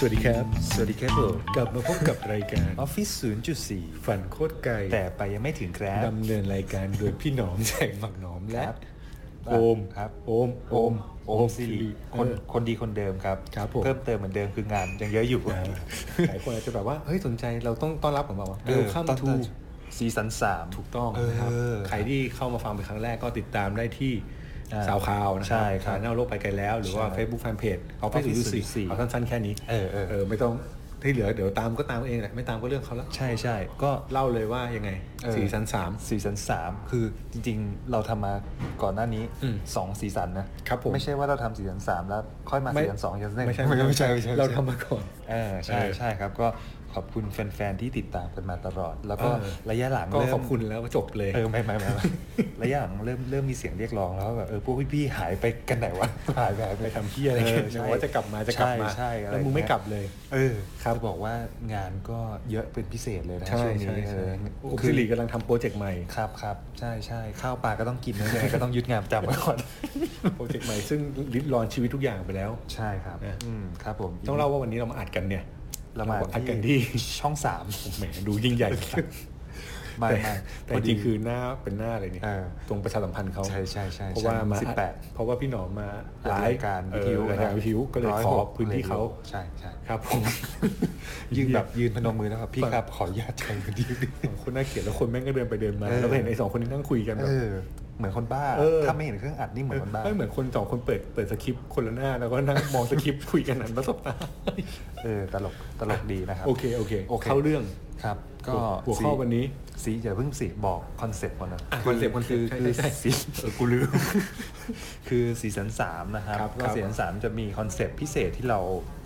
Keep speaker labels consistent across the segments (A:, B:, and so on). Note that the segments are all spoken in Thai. A: สวัสดีครับ
B: สวัสดีครับผม
A: กลับมาพบกับรายการ
B: ออฟฟิศ0.4
A: ฝันโคตรไกล
B: แต่ไปยังไม่ถึงครับ
A: ดำเนินรายการโดยพี่หนอมแจกหมักหนอมและ
B: ครับ
A: โอม
B: ครับ
A: โอม
B: โอมโอมสิริ
A: ค
B: คน นคนดีคนเดิมครับ
A: ครับผม
B: เพิ่มเติมเหมือนเดิมคืองานยังเยอะอยู่
A: หลายคนอาจจะแบบว่า เฮ้ย สนใจเราต้องต้อนรับของเรา
B: เอ
A: เดิ
B: อน
A: ข้าม
B: ตอน
A: ทู
B: ซีซั่นสาม
A: ถูกต้องนะครับ
B: เออ
A: ใครที่เข้ามาฟังเป็นครั้งแรกก็ติดตามได้ที่
B: อ่า
A: สาวข่าวนะค
B: ใช่
A: รับ
B: ครับ
A: แนลโลกไปไกลแล้ว หรือว่า
B: ใช่
A: Facebook Fanpage เอาไป
B: ออฟฟิ
A: ดู
B: ศ
A: สิ
B: 0.4
A: เอาสั้นๆ แค่นี้
B: เออเออ
A: ไม่ต้องที่เหลือเดี๋ยวตามก็ตามเองแหละไม่ตามก็เรื่องเขาละ
B: ใช่ใช่ก็
A: เล่าเลยว่ายังไงสี่สันสาม
B: ซีซั่นสามคือจริงๆ เราทำมาก่อนหน้านี้
A: อืม
B: สองซีซั่นนะครับ
A: ผม
B: ไม่ใช่ว่าเราทำซีซั่นสามแล้ว ค่อยมาซีซั่นสองซีซั่นหนึ่ง
A: ไม่ใช่ไม่ใช่ไม่ใช่ไม่ใช่เราทำมาก่อน
B: เออใช่
A: เออ
B: ใช่ครับก็ขอบคุณแฟนๆที่ติดตามกันมาตลอด แล้วก็
A: เออ
B: ระยะหลัง
A: ก็
B: เริ่ม
A: ขอบคุณแล้วก็จบเลย
B: เออไม่ไม่ ไม่ไม่ ระยะหลังเริ่มเริ่มมีเสียงเรียกร้องแล้วว่าแบบเออพวกพี่ๆหายไปกันไหนวะ
A: หายไปหายไปทำเพี้ยอะไร
B: เอ
A: กัน
B: อใช่
A: ว่าจะกลับมาจะกลับมา
B: ใช่ใช่อะไร
A: แล้วมึงไม่กลับเลย
B: เออจะบอกว่างานก็เยอะเป็นพิเศษเลยนะ
A: ใช่
B: ช่
A: ใช่
B: วงนี้เอ
A: ใช่
B: อ
A: คือหลีกำลังทำโปรเจกต์ใหม่
B: ครับครับใช่ใช่ข้าวปลาก็ต้องกินนะยังไงก็ต้องยึดงานประจำไว้ก่อน
A: โปรเจกต์ใหม่ซึ่งริดรอนชีวิตทุกอย่างไปแล้ว
B: ใช่ครับ
A: นะ
B: อืมครับผม
A: ต้องเล่าว่าวันนี้เรามาอัดกันเนี่ย
B: เรามา
A: อัดกันที่
B: ช่องสาม
A: แหมดูยิ่งใหญ่สัส
B: มา
A: แต่
B: มา
A: แต่
B: พ
A: จ
B: ดี
A: ริงๆคือหน้าเป็นหน้าเลยเนี่ย
B: เออ
A: ตรงประชาสัมพันธ์เขา
B: ใช่ใช่ใช่
A: เพราะว่ามา
B: สิบแปด
A: เพราะว่าพี่หนอมมา
B: หลายการ
A: เอ
B: วิ
A: อ
B: ทยุ
A: รายการวิทยุก็เลย
B: ร้
A: ขอ
B: ห
A: พื้นที่เขา
B: ใช่ใช่
A: ครับ ผม
B: ยืนแบบยืนพนมมือนะครับ พี่ครับขออนุญาตใช้พื้นที่
A: สองคนน่าเกลียดแล้วคนแม่งก็เดินไปเดินมา
B: เออ
A: แล้วก็เห็นไอ้สองคนนี้นั่งคุยกันแบ
B: เอบ อเหมือนคนบ้า
A: เออ
B: ถ้าไม่เห็นเครื่องอัดนี่เหมือนคนบ้า
A: ไม่เหมือนคนสองคนเปิดเปิดสคริปต์คนละหน้าแล้วก็นั่งมองสคริปต์คุยกันนั้นประสบตา
B: เออตลกตลกดีนะครับ
A: โอเคโอเค
B: โอเค
A: เข้าเรื่อง
B: ครับ ก็
A: หัวหัวข้อวันนี้
B: สีอย่าเพิ่งสีบอกคอนเซ็ปต์ก่อนนะ
A: คอนเซปต์คอนเซปต์
B: คือ
A: ใช่
B: สี
A: เออกูลืม
B: คือสีสันสามนะครับ
A: ครับ
B: ก็
A: ครับ
B: สีสันสามจะมีคอนเซปต์พิเศษที่เรา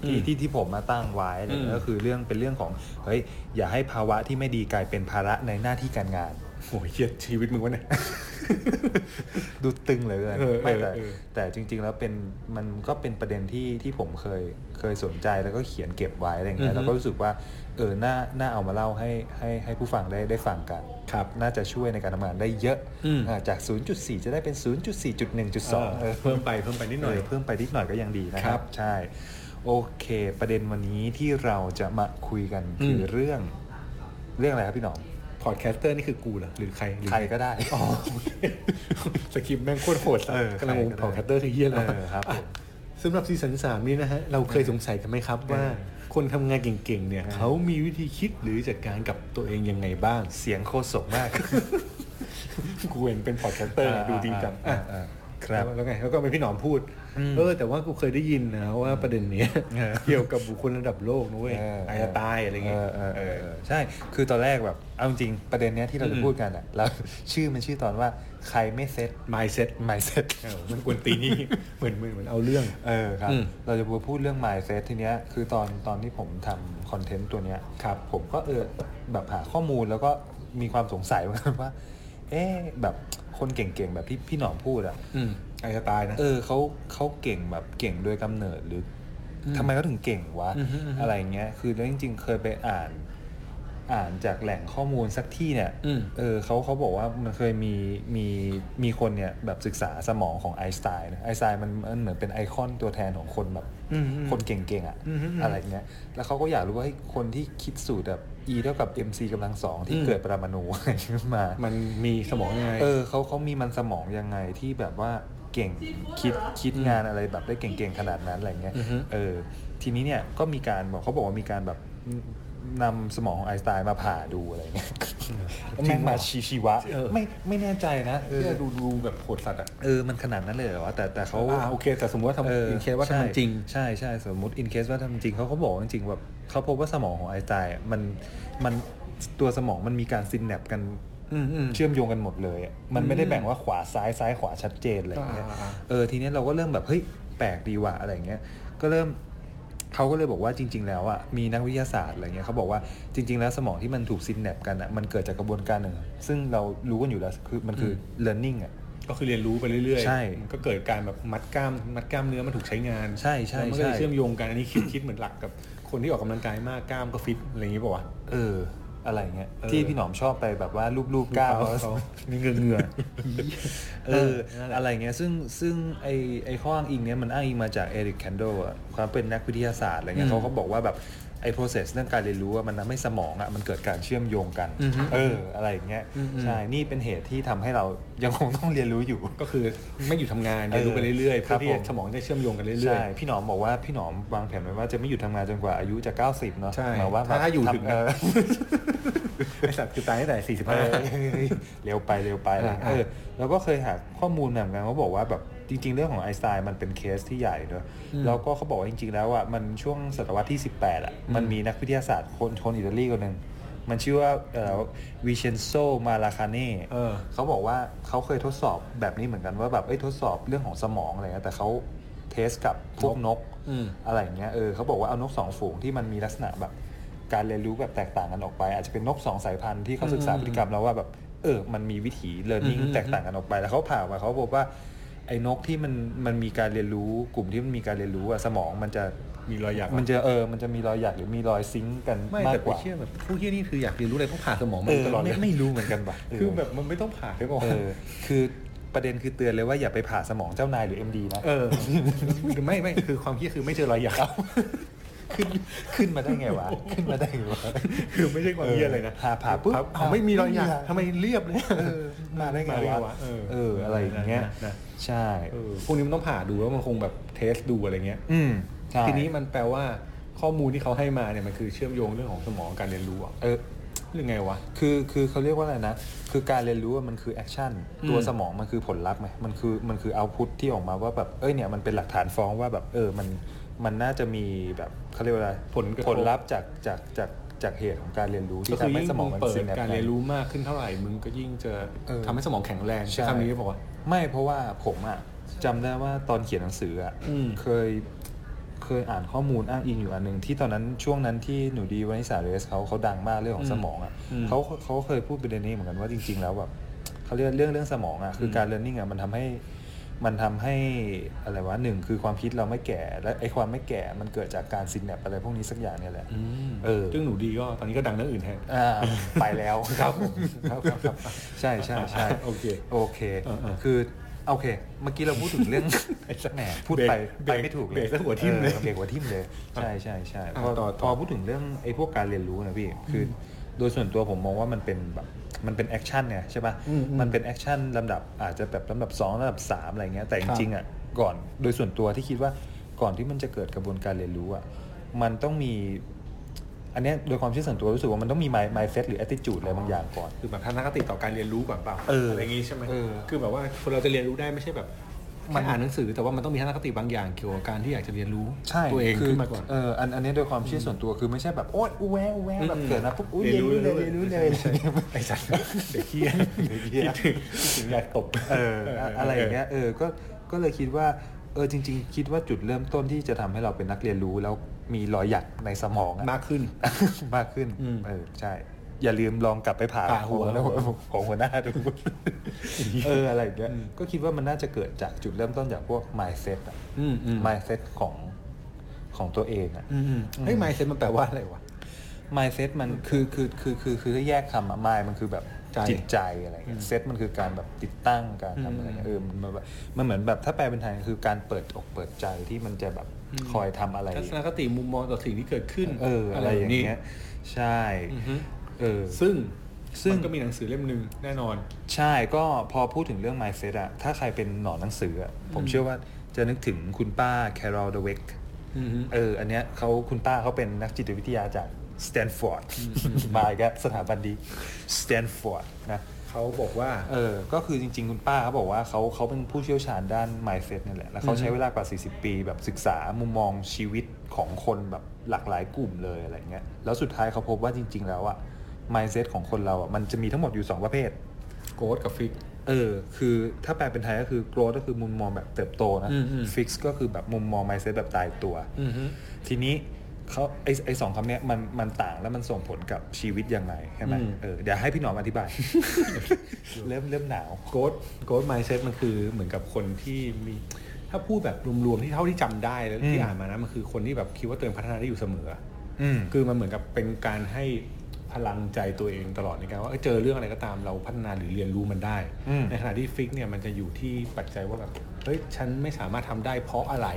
A: อื
B: ที่
A: ม
B: ที่ที่ผมมาตั้งไว้อะไรเงี้
A: อืม
B: ยก็คือเรื่องเป็นเรื่องของเฮ้ยอย่าให้ภาวะที่ไม่ดีกลายเป็นภาระในหน้าที่การงาน
A: โอ้ยเฮียชีวิตมึงวะเนี่ย
B: ดูตึงเหลย
A: เออ
B: ไม่
A: เออ
B: แต่
A: เออ
B: แต่จริง ๆ แล้วเป็นมันก็เป็นประเด็นที่ที่ผมเคยเคยสนใจแล้วก็เขียนเก็บไว้อะไร
A: อือ
B: เงี้
A: ฮึ
B: ยแล้วก็รู้สึกว่าเออน่าน่าเอามาเล่าให้ให้ให้ผู้ฟังได้ได้ฟังกัน
A: ครับ
B: น่าจะช่วยในการทำงานได้เยอะ
A: อืม
B: อ่าจาก 0.4 จะได้เป็น 0.4.1.2เออ
A: เพิ่มไปเพิ่มไปนิดหน่อย
B: เเพิ่มไปนิดหน่อยก็ยังดีนะค
A: ครั
B: รับ
A: บ
B: ใช่ โอเค ประเด็นวันนี้ที่เราจะมาคุยกัน
A: อืม
B: คือเรื่องเรื่องอะไรครับพี่หนอม
A: พอดแคสเตอร์นี่คือกูเหรอหรือใครหรือ
B: ใครก็ได้
A: อ๋อโอเค สคริปต์แม่งโคตรโหดสัส
B: เออก
A: ำลังงง
B: ใครก็ได้
A: พอดแคสเตอร์คือเฮียแล้ว
B: เออครับผม
A: สำหรับซีซั่นสามนี่นะฮะเราเคยสงสัยกันไหมครับว่า คนทำงานเก่งๆเนี่ยเขามีวิธีคิดหรือจัดการกับตัวเองยังไงบ้าง
B: เสียงโคตรสงมาก
A: กูเห็นเป็นพอดแคสเตอร์
B: อ่า
A: ดูจริงจัง
B: อ่าอ่าครับ
A: แล้วไงแล้วก็เป็นพี่หนอมพูด
B: อืม
A: เออ แต่ว่ากูเคยได้ยินนะว่าประเด็นเนี้ย
B: เออ
A: เกี่ยวกับบุคคลระดับโลกนะเว้ย
B: เ
A: อาจจะตายอะไรเงี้ย
B: เออเออเออใช่ คือตอนแรกแบบ เอาจริงประเด็นเนี้ยที่เรา
A: อื
B: จะ
A: ม
B: พูดกันอ่ะ แล้ว ชื่อมันชื่อตอนว่าใครไม่เซ็ต
A: mindset
B: mindset
A: เออมันกวนตีนนี่ เหมือนเหมือนเหมือนเอาเรื่อง
B: เออครับ
A: อืม
B: เราจะมาพูดเรื่อง mindset ทีเนี้ย คือตอนตอนที่ผมทำคอนเทนต์ตัวเนี้ยครับ ผมก็เออแบบหาข้อมูลแล้วก็มีความสงสัยเหมือนกันว่า เอ๊ะแบบคนเก่งๆ แบบที่พี่หนอมพูดอ่ะ
A: อืมอาจจะตายนะ
B: เออเขาเขาเก่งแบบเก่งโดยกำเนิดหรืออ
A: ม
B: ทำไมเขาถึงเก่งวะ
A: อือฮึอือฮึ
B: อะไรเงี้ย คือแล้วจริง ๆ เคยไปอ่าน อ่านจากแหล่งข้อมูลสักที่เนี่ย
A: อืม
B: เออเขาเขาบอกว่ามันเคยมีมีมีคนเนี่ยแบบศึกษาสมองของไอน์สไตน์นะไอน์สไตน์มันมันเหมือนเป็นไอคอนตัวแทนของคนแบบ
A: อืมอืม
B: คนเก่งๆอะ่ะ
A: อือฮึอือฮึ
B: อะไรเงี้ยแล้วเขาก็อยากรู้ว่าเฮ้ยคนที่คิดสูตรแบบ e เท่ากับ mc กำลังสองที่
A: อืม
B: เกิดปรมาณู อะไรขึ้นมา
A: มันมีสมองยังไง
B: เออเขาเขามีมันสมองยังไงที่แบบว่าเก่งคิดคิดงานอะไรแบบได้เก่งๆขนาดนั้นอะไรเงี้ย
A: อือฮึ
B: เออทีนี้เนี่ยก็มีการบอกเขาบอกว่ามีการแบบนำสมองของไอน์สไตน์มาผ่าดูอะไรเงี้ย
A: จริ
B: แม่
A: ง
B: ง
A: เหรอ
B: มาชีชีวะ
A: เออ
B: ไม่ไม่แน่ใจนะเออ
A: เฮียดูดูแบบโหดสัตว์อ่ะ
B: เออมันขนาดนั้นเลยเหรอวะแต่แต่เขา
A: อ่าโอเค แต่สมมติว่าทำ
B: เออ
A: อินเคสว่า
B: ใช่
A: ทำจริง
B: ใช่ใช่สมมติอินเคสว่าทำจริงเขาก็บอกว่าจริงๆแบบเขาพบว่าสมองของไอน์สไตน์อะมันมันตัวสมองมันมีการซินแนปกัน
A: อืมอืม
B: เชื่อมโยงกันหมดเลยอะมันไม่ได้แบ่งว่าขวาซ้ายซ้ายขวาชัดเจนอะไรอย่างเงี้ย
A: อ่าอ่าอ่า
B: เออทีเนี้ยเราก็เริ่มแบบเฮ้ยแปลกดีว่ะอะไรอย่างเงี้ย ก็เริ่ม เขาก็เลยบอกว่าจริง ๆ แล้วอ่ะมีนักวิทยาศาสตร์อะไรเงี้ยเขาบอกว่าจริง ๆ แล้วสมองที่มันถูกซินแนปกันอ่ะมันเกิดจากกระบวนการหนึ่งซึ่งเรารู้กันอยู่แล้วคือมันคือ learning อ่ะ
A: ก็คือเรียนรู้ไปเรื่อยๆ
B: ใช่
A: ก็เกิดการแบบมัดกล้ามมัดกล้ามเนื้อมันถูกใช้งาน
B: ใช่ใช่
A: แล้วมันก็จะ
B: ใช่
A: เชื่อมโยงกันอันนี้คิดคิดเหมือนหลักกับคนที่ออกกำลังกายมากกล้ามก็ฟิตอะไรอย่างนี้ ป่าวะ
B: เออ อะไรเงี้ย
A: เออ
B: ที่พี่หนอมชอบไปแบบว่ารูปๆก้าว
A: มีเงื่อเงื่อ
B: เออ
A: เออนั่นแหละ
B: อะไรเงี้ยซึ่งซึ่งไอไอข้ออ้างอิงเนี้ยมันอ้างอิงมาจากเอริกแคนโดอะความเป็นนักวิทยาศาสตร์อะไรเงี้ยเขาก็บอกว่าแบบไอ้ process เรื่องการเรียนรู้อะมันทำให้สมองอะมันเกิดการเชื่อมโยงกัน เอออะไรอย่างเงี้ยใช่นี่เป็นเหตุที่ทำให้เรายังคงต้องเรียนรู้อยู่
A: ก็คือไม่อยู่ทำงานเรียนรู้ไปเรื่อยๆ
B: ค
A: เพื่
B: รั
A: อบ ที่
B: ผม
A: สมองจะเชื่อมโยงกันเรื่อยๆ
B: ใช่พี่หนอมบอกว่าพี่หนอมวางแผนไว้ว่าจะไม่หยุดทำงานจนกว่าอายุจะ 90 เนาะ
A: ใช่
B: หมายว่าแบบ
A: ถ้าอยู่ถึง
B: เออ
A: ไอสัตว์คือตายตั้งแต่
B: เออเร็วไปเร็วไปอะไร
A: อ่า
B: เออแล้วก็เคยหาข้อมูลมาเหมือนกันเขาบอกว่าแบบจริง ๆ เรื่องของไอน์สไตน์มันเป็นเคสที่ใหญ่เนอะแล้วก็เขาบอกว่าจริง ๆ แล้วอ่ะมันช่วงศตวรรษที่ 18อ่ะมันมีนักวิทยาศาสตร์คนคนอิตาลีคนหนึ่งมันชื่อว่าวิเชนโซมาลาคาเน่
A: เออ
B: เขาบอกว่าเขาเคยทดสอบแบบนี้เหมือนกันว่าแบบเอ้ยทดสอบเรื่องของสมองอะไรเงี้ยแต่เขาเทสกับพวกนก
A: อืม
B: อะไรอย่างเงี้ย เออเขาบอกว่าเอานกสองฝูงที่มันมีลักษณะแบบ การเรียนรู้แบบแตกต่างกันออกไป อาจจะเป็นนกสองสายพันธุ์ที่เขาศึกษาพฤติกรรมแล้วว่าแบบ เออ มันมีวิถีเรียนรู้
A: อืม
B: แตกต่างกันออกไป แล้วเขาผ่ามาเขาบอกว่าไอ้นกที่มันมันมีการเรียนรู้กลุ่มที่มันมีการเรียนรู้อะสมองมันจะ
A: มีรอยหยัก
B: มันจะเออ มันจะมีรอยหยักหรือมีรอยซิงก์กัน
A: ไม่
B: มา
A: แต่
B: ก
A: ผ
B: ก
A: ม
B: ว่า
A: เชื่อแบบผู้เชี่ยนี่คืออยากเรียนรู้อะไรต้องผ่าสมองมั
B: เอน อ
A: ตลอดเล
B: ไม่
A: ย
B: ไม่รู้เหมือนกันป่ะเ
A: คือแบบมันไม่ต้องผ่าใช่ป่ะ
B: เออคือประเด็นคือเตือนเลยว่าอย่าไปผ่าสมองเจ้านายหรือ MD นะ
A: เออ หรือไม่ไม่คือความคิดคือไม่เจอรอยหยัก
B: ขึ้นขึ้นมาได้ไงวะ ขึ้นมาได้ไงวะ
A: คือไม่ใช่ความเยี่ยอะไรนะ
B: ผ่าผ่าปุ๊บ
A: เอาไม่มีรอยหยัก
B: ไม่มีรอย
A: ทำไมเรียบเลย
B: มาได้ไง
A: มาได้ไง
B: วะ
A: วะเออ
B: เอออะไรอย่างเงี้ย
A: นะนะ
B: ใช่
A: เออพวกนี้มันต้องผ่าดูว่ามันคงแบบเทสดูอะไรเงี้ย
B: อืมใช่
A: ทีนี้มันแปลว่าข้อมูลที่เขาให้มาเนี่ยมันคือเชื่อมโยงเรื่องของสมองการเรียนรู้อะ
B: เออ
A: หรือไงวะ
B: คือคือเขาเรียกว่าอะไรนะ คือการเรียนรู้อะมันคือแอคชั่น
A: อืม
B: ตัวสมองมันคือผลลัพธ์ไหมมันคือมันคือเอาพุทที่ออกมาว่าแบบเอ้ยเนี่ยมันเป็นหลักฐานฟ้องว่าแบบเออมันมันน่าจะมีแบบเขาเรียกว่าอะไร
A: ผลกระทบ
B: ผลลัพธ์จากจากจากจากเหตุของการเรียนรู้
A: ก็
B: ที่
A: คือ
B: ทำให้
A: ยิ่ง
B: สม
A: มึ
B: อง
A: ง
B: มัน
A: เปิด
B: ซิแนป
A: การ
B: กั
A: เรียน
B: น
A: รู้มากขึ้นเท่าไหร่มึงก็ยิ่งจะ
B: เออ
A: ทำให้สมองแข็งแรง
B: ใช่
A: ใช้คำนี้ได้ป่าวะ
B: ไม่เพราะว่าผมอะจำได้ว่าตอนเขียนหนังสืออะ
A: อืม
B: เคยเคยอ่านข้อมูลอ้างอิงอยู่อันหนึ่งที่ตอนนั้นช่วงนั้นที่หนูดีวานิสาเรสเขาเขาดังมากเรื่องของสมองอะเขาเขาเคยพูดประเด็นนี้เหมือนกันว่าจริง ๆ แล้วแบบเขาเรียกเรื่องเรื่องสมองอะคือการเรียนรู้อะมันทำให้มันทำให้อะไรวะหนึ่งคือความคิดเราไม่แก่และไอความไม่แก่มันเกิดจากการซินแนปอะไรพวกนี้สักอย่างเนี่ยแหละ เออ
A: ซึ่งหนูดีก็ตอนนี้ก็ดังเรื่องอื่นแทน
B: อ่าไปแล้ว ครับผมครับครับครับใช่ใช่ใช่
A: โอเค
B: โอเค
A: เออเออ
B: คือโอเค เมื่อกี้เราพูดถึงเรื่อง แหมพูดไป
A: เบ
B: ไป
A: รก
B: ไม่ถูกเลย
A: เบรกซะหัวทิ่มเลย
B: ออเบรกหัวทิ่มเลย ใช่ใช่ใช่
A: อ่ะ
B: พอ
A: ต่อ
B: พอพูดถึงเรื่องไอ้พวกการเรียนรู้นะพี่คือโดยส่วนตัวผมมองว่ามันเป็นแบบมันเป็นแอคชั่นเนี่ยใช่ป่ะ
A: อืมอืม
B: มันเป็นแอคชั่นลำดับอาจจะแบบลำดับสองลำดับสามอะไรเงี้ยแต่จ
A: ครับ
B: ริงๆอ่ะก่อนโดยส่วนตัวที่คิดว่าก่อนที่มันจะเกิดกระบวนการเรียนรู้อ่ะมันต้องมี อันเนี้ยโดยความเชื่อส่วนตัวรู้สึกว่ามันต้องมี mind mindset หรือ attitude อะไรบางอย่างก่อน
A: คือแบบทัศนคติต่อการเรียนรู้ก่อนเปล่า
B: เอออ
A: ไรอย่างงี้ใช่ไหม
B: เออ
A: คือแบบว่าคนเราจะเรียนรู้ได้ไม่ใช่แบบ มันอ่านหนังสือแต่ว่ามันต้องมีทัศนคติบางอย่างเกี่ยวกับการที่อยากจะเรียนรู้ตัวเองขึ้นมาก่อน
B: เอออันอันนี้โดยความเชื่อส่วนตัวคือไม่ใช่แบบโอ๊ยอูแวอูแวแบบ
A: อืม
B: เกิดนะปุ๊บอุ้ย
A: เรี
B: เรีย
A: ย
B: น
A: นรู้เลย
B: รู้เลยเรียนรู้เลย
A: ใช่ใช่
B: ไอ้สัตว์
A: เด็กเฮี้ยนเด็กเฮี้ยนคิดถึงอยากตบ
B: เอออะไรอย่างเงี้ยเออก็ก็เลยคิดว่าเออจริง ๆ คิดว่าจุดเริ่มต้นที่จะทำให้เราเป็นนักเรียนรู้แล้วมีรอยหยักในสมองอะ
A: มากขึ้น
B: มากขึ้น
A: อืม
B: เออใช่ อย่าลืมลองกลับไปผ่า
A: ผ่าหัว
B: แล้วของหัวหน้าดูเอออะไรอย่างเงี้ยก็คิดว่ามันน่าจะเกิดจากจุดเริ่มต้นจากพวก mindset อะ
A: อืมอืม
B: mindset ของของตัวเองอะ
A: อืมๆเฮ้ยไมเซ็ตมันแปลว่าอะไรวะ
B: mindset มันคือคือคือคือคือถ้าแยกคำอะ mind มันคือแบบ
A: ใจ
B: จิตใจอะไรเงี้ย set มันคือการแบบติดตั้งการทำอะไรเงี้ยเออมันมันแบบมันเหมือนแบบถ้าแปลเป็นไทยคือการเปิดอกเปิดใจที่มันจะแบบ
A: อืม
B: คอยทำอะไร
A: ทัศนคติมุมมองต่อสิ่งที่เกิดขึ้น
B: เอออะไรอย่างเงี้ยใช่
A: อือฮึ
B: เออ
A: ซึ่ง
B: ซึ่ง
A: มันก็มีหนังสือเล่มหนึ่งแน่นอน
B: ใช่ ก็พอพูดถึงเรื่อง mindset อะถ้าใครเป็นหนอนหนังสืออะผมเชื่อว่าจะนึกถึงคุณป้าแคโรลเดเวก
A: อือฮึ
B: เออ อันเนี้ยเขาคุณป้าเขาเป็นนักจิตวิทยาจากสแตนฟอร์ดมาอีกแล้วสถาบันดีสแตนฟอร์ดนะ
A: เขาบอกว่า
B: เออ ก็คือจริง ๆ คุณป้าเขาบอกว่าเขาเขาเป็นผู้เชี่ยวชาญด้าน mindset เนี่ยแหละ แล้วเขาใช้เวลากว่า 40 ปีแบบศึกษามุมมองชีวิตของคนแบบหลากหลายกลุ่มเลยอะไรเงี้ย แล้วสุดท้ายเขาพบว่าจริง ๆ แล้วอะ mindset ของคนเราอะมันจะมีทั้งหมดอยู่สองประเภท
A: โกดกับฟิก
B: เออ คือถ้าแปลเป็นไทยก็คือ growth ก็คือมุมมองแบบเติบโตนะ
A: อืมอืม
B: fix ก็คือแบบมุมมอง mindset แบบตายตัว
A: อือฮึ
B: ทีนี้เขาไอ้ไอ้สองคำเนี้ยมันมันต่างแล้วมันส่งผลกับชีวิตยังไงใช่ไหม
A: อืม
B: เออเดี๋ยวให้พี่หนอมอธิบาย เริ่มเริ่มหนาว
A: โกดโกดไมเซ็ตมันคือเหมือนกับคนที่มีถ้าพูดแบบรวมๆที่เท่าที่จำได้แล้ว
B: อื
A: ที่
B: ม
A: อ่านมานะมันคือคนที่แบบคิดว่าตัวเองพัฒนาได้อยู่เสมอ
B: อืม
A: คือมันเหมือนกับเป็นการให้พลังใจตัวเองตลอดในการว่าเอ้ยเจอเรื่องอะไรก็ตามเราพัฒนาหรือเรียนรู้มันได้
B: อืม
A: ในขณะที่ฟิกเนี่ยมันจะอยู่ที่ปัจจัยว่าแบบเฮ้ยฉันไม่สามารถทำได้เพราะอะไร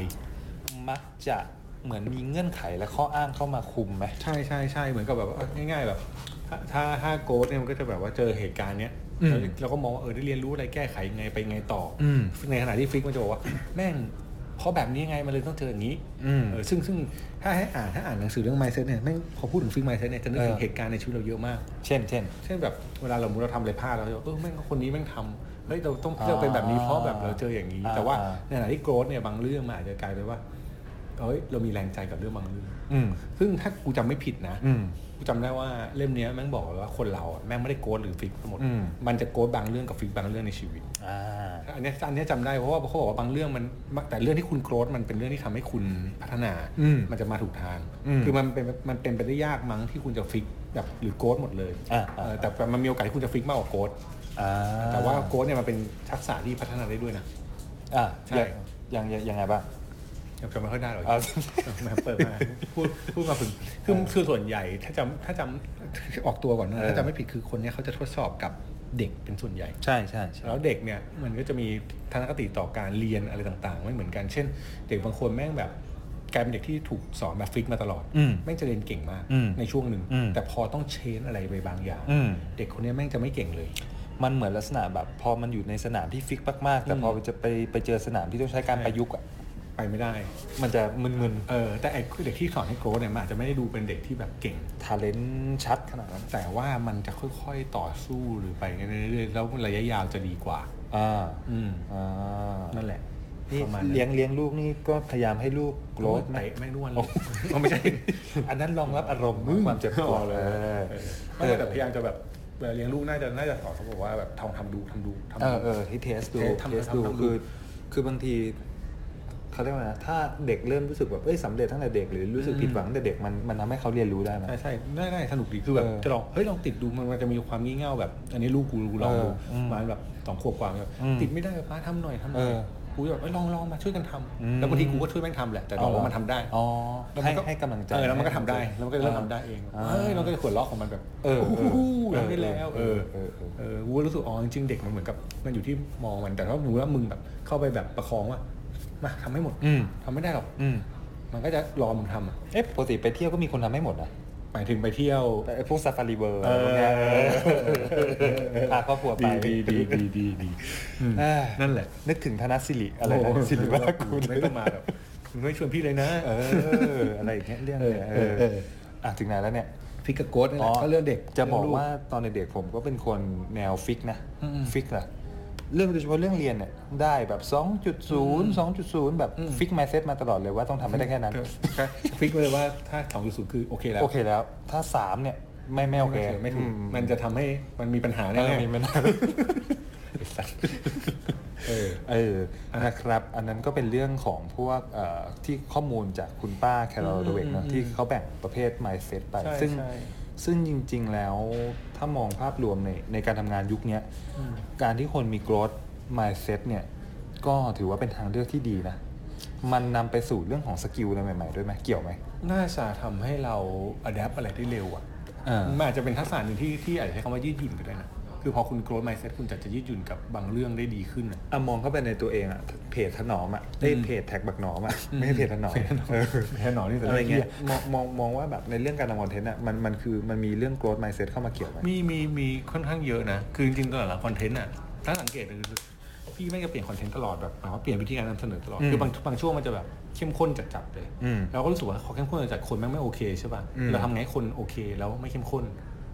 B: มักจะเหมือนมีเงื่อนไขและข้ออ้างเข้ามาคุมไหม
A: ใช่ใช่ใช่เหมือนกับแบบว่าง่าย ๆ แบบ ถ้าถ้าถ้าโกดเนี่ยมันก็จะแบบว่าเจอเหตุการณ์เนี้ย
B: อืม
A: แล้วเราก็มองว่าเออได้เรียนรู้อะไรแก้ไขยังไงไปยังไงต่ออ
B: ม
A: ในขณะที่ฟิกมันจะบอกว่า แม่งเพราะแบบนี้ไงมันเลยต้องเจออย่างนี้
B: อืม
A: เออซึ่งซึ่งถ้าให้อ่านถ้าอ่านหนังสือเรื่อง mindset เนี่ยแม่งพอพูดถึงฟิก mindset เนี่ยจะนึกถึง
B: เออ
A: เหตุการณ์ในชีวิตเราเยอะมาก
B: เช่นเช่น
A: เช่นแบบเวลาเรามูเราทำอะไรพลาดเราจะบอกเออแม่งคนนี้แม่งทำเฮ้ยเราต้อง
B: อ่า
A: เราเป็นแบบนี้เพราะแบบเราเจออย่างนี้
B: อ่า
A: แต่ว่า
B: อ่า
A: ในขณะที่โกรธเนี่ยบางเรื่องมันอาจจะกลายเป็นว่าเอ้ยเรามีแรงใจกับเรื่องบางเรื่อง
B: อืม
A: ซึ่งถ้ากูจำไม่ผิดนะ
B: อืม
A: กูจำได้ว่าเล่มเนี้ยแม่งบอกเลยว่าคนเราอะแม่งไม่ได้โกดหรือฟิกทั้งหมด
B: อืม
A: มันจะโกดบางเรื่องกับฟิกบางเรื่องในชีวิต
B: อ่า
A: อันเนี้ยอันเนี้ยจำได้เพราะว่าเขาบอกว่าบางเรื่องมันแต่เรื่องที่คุณโกรธมันเป็นเรื่องที่ทำให้คุณพัฒนา
B: อืม
A: มันจะมาถูกทาง
B: อืม
A: คือมันเป็นมันเป็นไปได้ยากมั้งที่คุณจะฟิกแบบหรือโกดหมดเลย
B: อ่าอ่า
A: เออแต่แต่มันมีโอกาสที่คุณจะฟิกมากกว่าโกด
B: อ่า
A: แต่ว่าโกดเนี่ยมันเป็นทักษะที่พัฒนาได้ด้วยนะ
B: อ่า
A: ใช่
B: ใช่ยังยังยังไงบ้าง
A: ยังจำไม่ค่อยได้หรอก
B: อ่ะ
A: แหมาเปิดมาพูดพูดมาถึงคือคือส่วนใหญ่ถ้าจำถ้าจำออกตัวก่อนนะถ้าจำไม่ผิดคือคนเนี้ยเขาจะทดสอบกับเด็กเป็นส่วนใหญ่
B: ใช่ใช่ใช่
A: แล้วเด็กเนี่ยมันก็จะมีทัศนคติต่อการเรียนอะไรต่างๆ ไม่เหมือนกัน เช่น เด็กบางคนแม่งแบบกลายเป็นเด็กที่ถูกสอนแบบฟิกมาตลอด
B: อืม
A: แม่งจะเรียนเก่งมาก
B: อืม
A: ในช่วงหนึ่ง
B: อืม
A: แต่พอต้องเชนอะไรไปบางอย่าง
B: อืม
A: เด็กคนเนี้ยแม่งจะไม่เก่งเลย
B: มันเหมือนลักษณะแบบพอมันอยู่ในสนามที่ฟิกมากๆ แต่
A: อืม
B: พอจะไปไปเจอสนามที่ต้องใช้การ
A: ใช่
B: ประยุกต์อ่ะ
A: ไปไม่ได้
B: มันจะมึน
A: เออแต่ไอ้เด็กที่สอนให้โกรธเนี่ยมันอาจจะไม่ได้ดูเป็นเด็กที่แบบเก่ง
B: ๆทาเลนชัดขนาดนั้น
A: แต่ว่ามันจะค่อยๆต่อสู้หรือไปเรื่อยๆแล้วระยะยาวจะดีกว่า
B: อ่า
A: อืม
B: อ่า
A: นั่นแหละ
B: นี่
A: ประมาณนั้น
B: เลี้ยงเลี้ยงลูกนี่ก็พยายามให้ลูกโก รธไหม
A: เตะแม่งทุกวันเล
B: โอ้
A: ยอ๋อไม่ใช่ อันนั้นรองรับอ ารมณ์
B: มึงความเจ็บปวด
A: เลย
B: เออ
A: ไม่แต่
B: เออ
A: พยายามจะแบบเวลาเลี้ยงลูกน่าจะน่าจะสอนเขาบอกว่าแบบทองทำดูทำดูทำ
B: เอ
A: ดู
B: อเออให้เทสดู
A: เทสทำ
B: เทสดู
A: ทำทำดู
B: คือ คือบางทีเขาเรียกว่าไงนะถ้าเด็กเริ่มรู้สึกแบบเอ้ยสำเร็จตั้งแต่เด็กหรือรู้สึกผิดหวังตั้งแต่เด็กมันมันทำให้เขาเรียนรู้ได้ไหม
A: ใช่ใช่ได้ได้สนุกดีคือแบบ
B: เออ
A: จะลองเฮ้ยลองติดดูมันมันจะมีความงี่เง่าแบบ อันนี้ลูกกูกูลองดู
B: เอออืม
A: ประมาณแบบสองขวบกว่าเนี่ย
B: อืม
A: ติดไม่ได้ป้าทำหน่อยทำหน่อย
B: เออ
A: กูจะแบบเอ้ยลองลองมาช่วยกันท
B: อื
A: ำ
B: ม
A: แล้วบางทีกูก็ช่วยแม่งทำแหละแต่บอกว่ามันทำได้
B: อ๋อ
A: แล้วมั
B: ให้
A: นก็
B: ให้กำลังใจ
A: เออแล้วมันก็ทำได้
B: ให้ำลังใจ
A: แล้วมันก็เริ่มทำได้เอง
B: อ่า
A: เฮ้ยเราก็จะขวดล้อของมันแบบ
B: เออ
A: โโห
B: เออ
A: ทำได้แล้ว
B: เอ
A: เอ
B: อ
A: อ
B: เออเออ
A: เออกูก็รู้สึกอ๋อจริงๆเด็กมันเหมือนกับมันอยู่ที่มองมันแต่ถ้าหนูว่ามึงแบบเข้าไปแบบประคองว่ามาทำให้หมด
B: อืม
A: ทำไม่ได้หรอก
B: อืม
A: มันก็จะรอมึงทำอะ
B: เอ๊ะปกติไปเที่ยวก็มีคนทำให้หมดนะ
A: หมายถึงไปเที่ยว
B: แต่ไอ้พวกซาฟารีเวิร์
A: เออ
B: พวกเนี้ยพาครอบครัวไป
A: ดีดีดีดีดี อืม
B: เอ้ย
A: นั่นแหละ
B: นึกถึงธนสิริอะไรนะ
A: โโห
B: สิริวัฒน์กุล
A: ไม่ต้องมาแบบมึงไม่ชวนพี่เลยนะ
B: เออ อะไรอย่างเงี้ยเรื่อง
A: เออ
B: เนี่ยเออ
A: เออ
B: อ่ะถึงไหนแล้วเนี่ย
A: ฟิกกับโกดนี่แหละก็เรื่องเด็ก
B: จะบอก
A: เรื่งลู
B: ว่าตอนเด็กๆผมก็เป็นคนแนวฟิกนะ
A: อืม
B: ฟิกแหละเรื่องโดยเฉพาะเรื่องเรียนเนี่ยได้แบบ 2.0 2.0 แบบ
A: อืม
B: ฟิกไมเซ็ตมาตลอดเลยว่าต้องทำให้ได้แค่นั้น
A: ใช่ฟิกไว้เลยว่าถ้าสองศูนย์คือโอเคแล้ว
B: โอเคแล้ว ถ้า 3 เนี่ย ไม่ไม่โอเค
A: ไม่ถูกไม่ถู
B: อื
A: กมันจะทำให้มันมีปัญหา
B: เอ
A: แน่
B: อ
A: ๆ
B: มีมัน
A: เออ
B: เออ นะครับ อันนั้นก็เป็นเรื่องของพวกเอ่อที่ข้อมูลจากคุณป้าแคโรลเดเวกเนอะ
A: อืม
B: ที่เขาแบ่งประเภท mindset ไป
A: ใช่
B: ซึ่ง
A: ใช่
B: ซึ่งจริงๆแล้วถ้ามองภาพรวมในในการทำงานยุคเนี้ย
A: อืม
B: การที่คนมี growth mindset เนี่ย ก็ถือว่าเป็นทางเลือกที่ดีนะ มันนำไปสู่เรื่องของสกิลอะไรใหม่ๆ ด้วยไหมเกี่ยวไหม
A: น่าจะทำให้เราอัดแอปอะไรได้เร็วอ่ะ
B: อ่ามั
A: มันอาจจะเป็นทักษะหนึ่งที่ที่อาจจะใช้คำว่ายืดหยุ่นก็ได้นะ คือพอคุณ growth mindset คุณจะจะยืดหยุ่นกับบางเรื่องได้ดีขึ้นอ่ะ
B: อะมองเข้าไปในตัวเองอะเพจถนอมอะได้ยเพจแท็กบักหนอมอะไม่ใช่เพจถนอมเออ
A: เพจถนอมนี่แต่
B: อะไรเงี้ย
A: เหี้ย
B: มองมองมองว่าแบบในเรื่องการทำคอนเทนต์อะมันมันคือมันมีเรื่อง growth mindset เข้ามาเกี่ยวไหม
A: มีมีมีค่อนข้างเยอะนะ คือจริงๆตลอดละคอนเทนต์อ่ะ ถ้าสังเกตเลยคือพี่แม่งจะเปลี่ยนคอนเทนต์ตลอดแบบหมายความว่าเปลี่ยนวิธีการนำเสนอตลอด
B: อืม
A: คือบางบางช่วงมันจะแบบเข้มข้นจัดๆเลย
B: อืม
A: เราก็รู้สึกว่าเขาเข้มข้นจัดๆคนแม่งไม่โอเคใช่ป่ะ
B: อืม
A: เราทำไงให้คนโอเคแล้วไม่เข้มข้น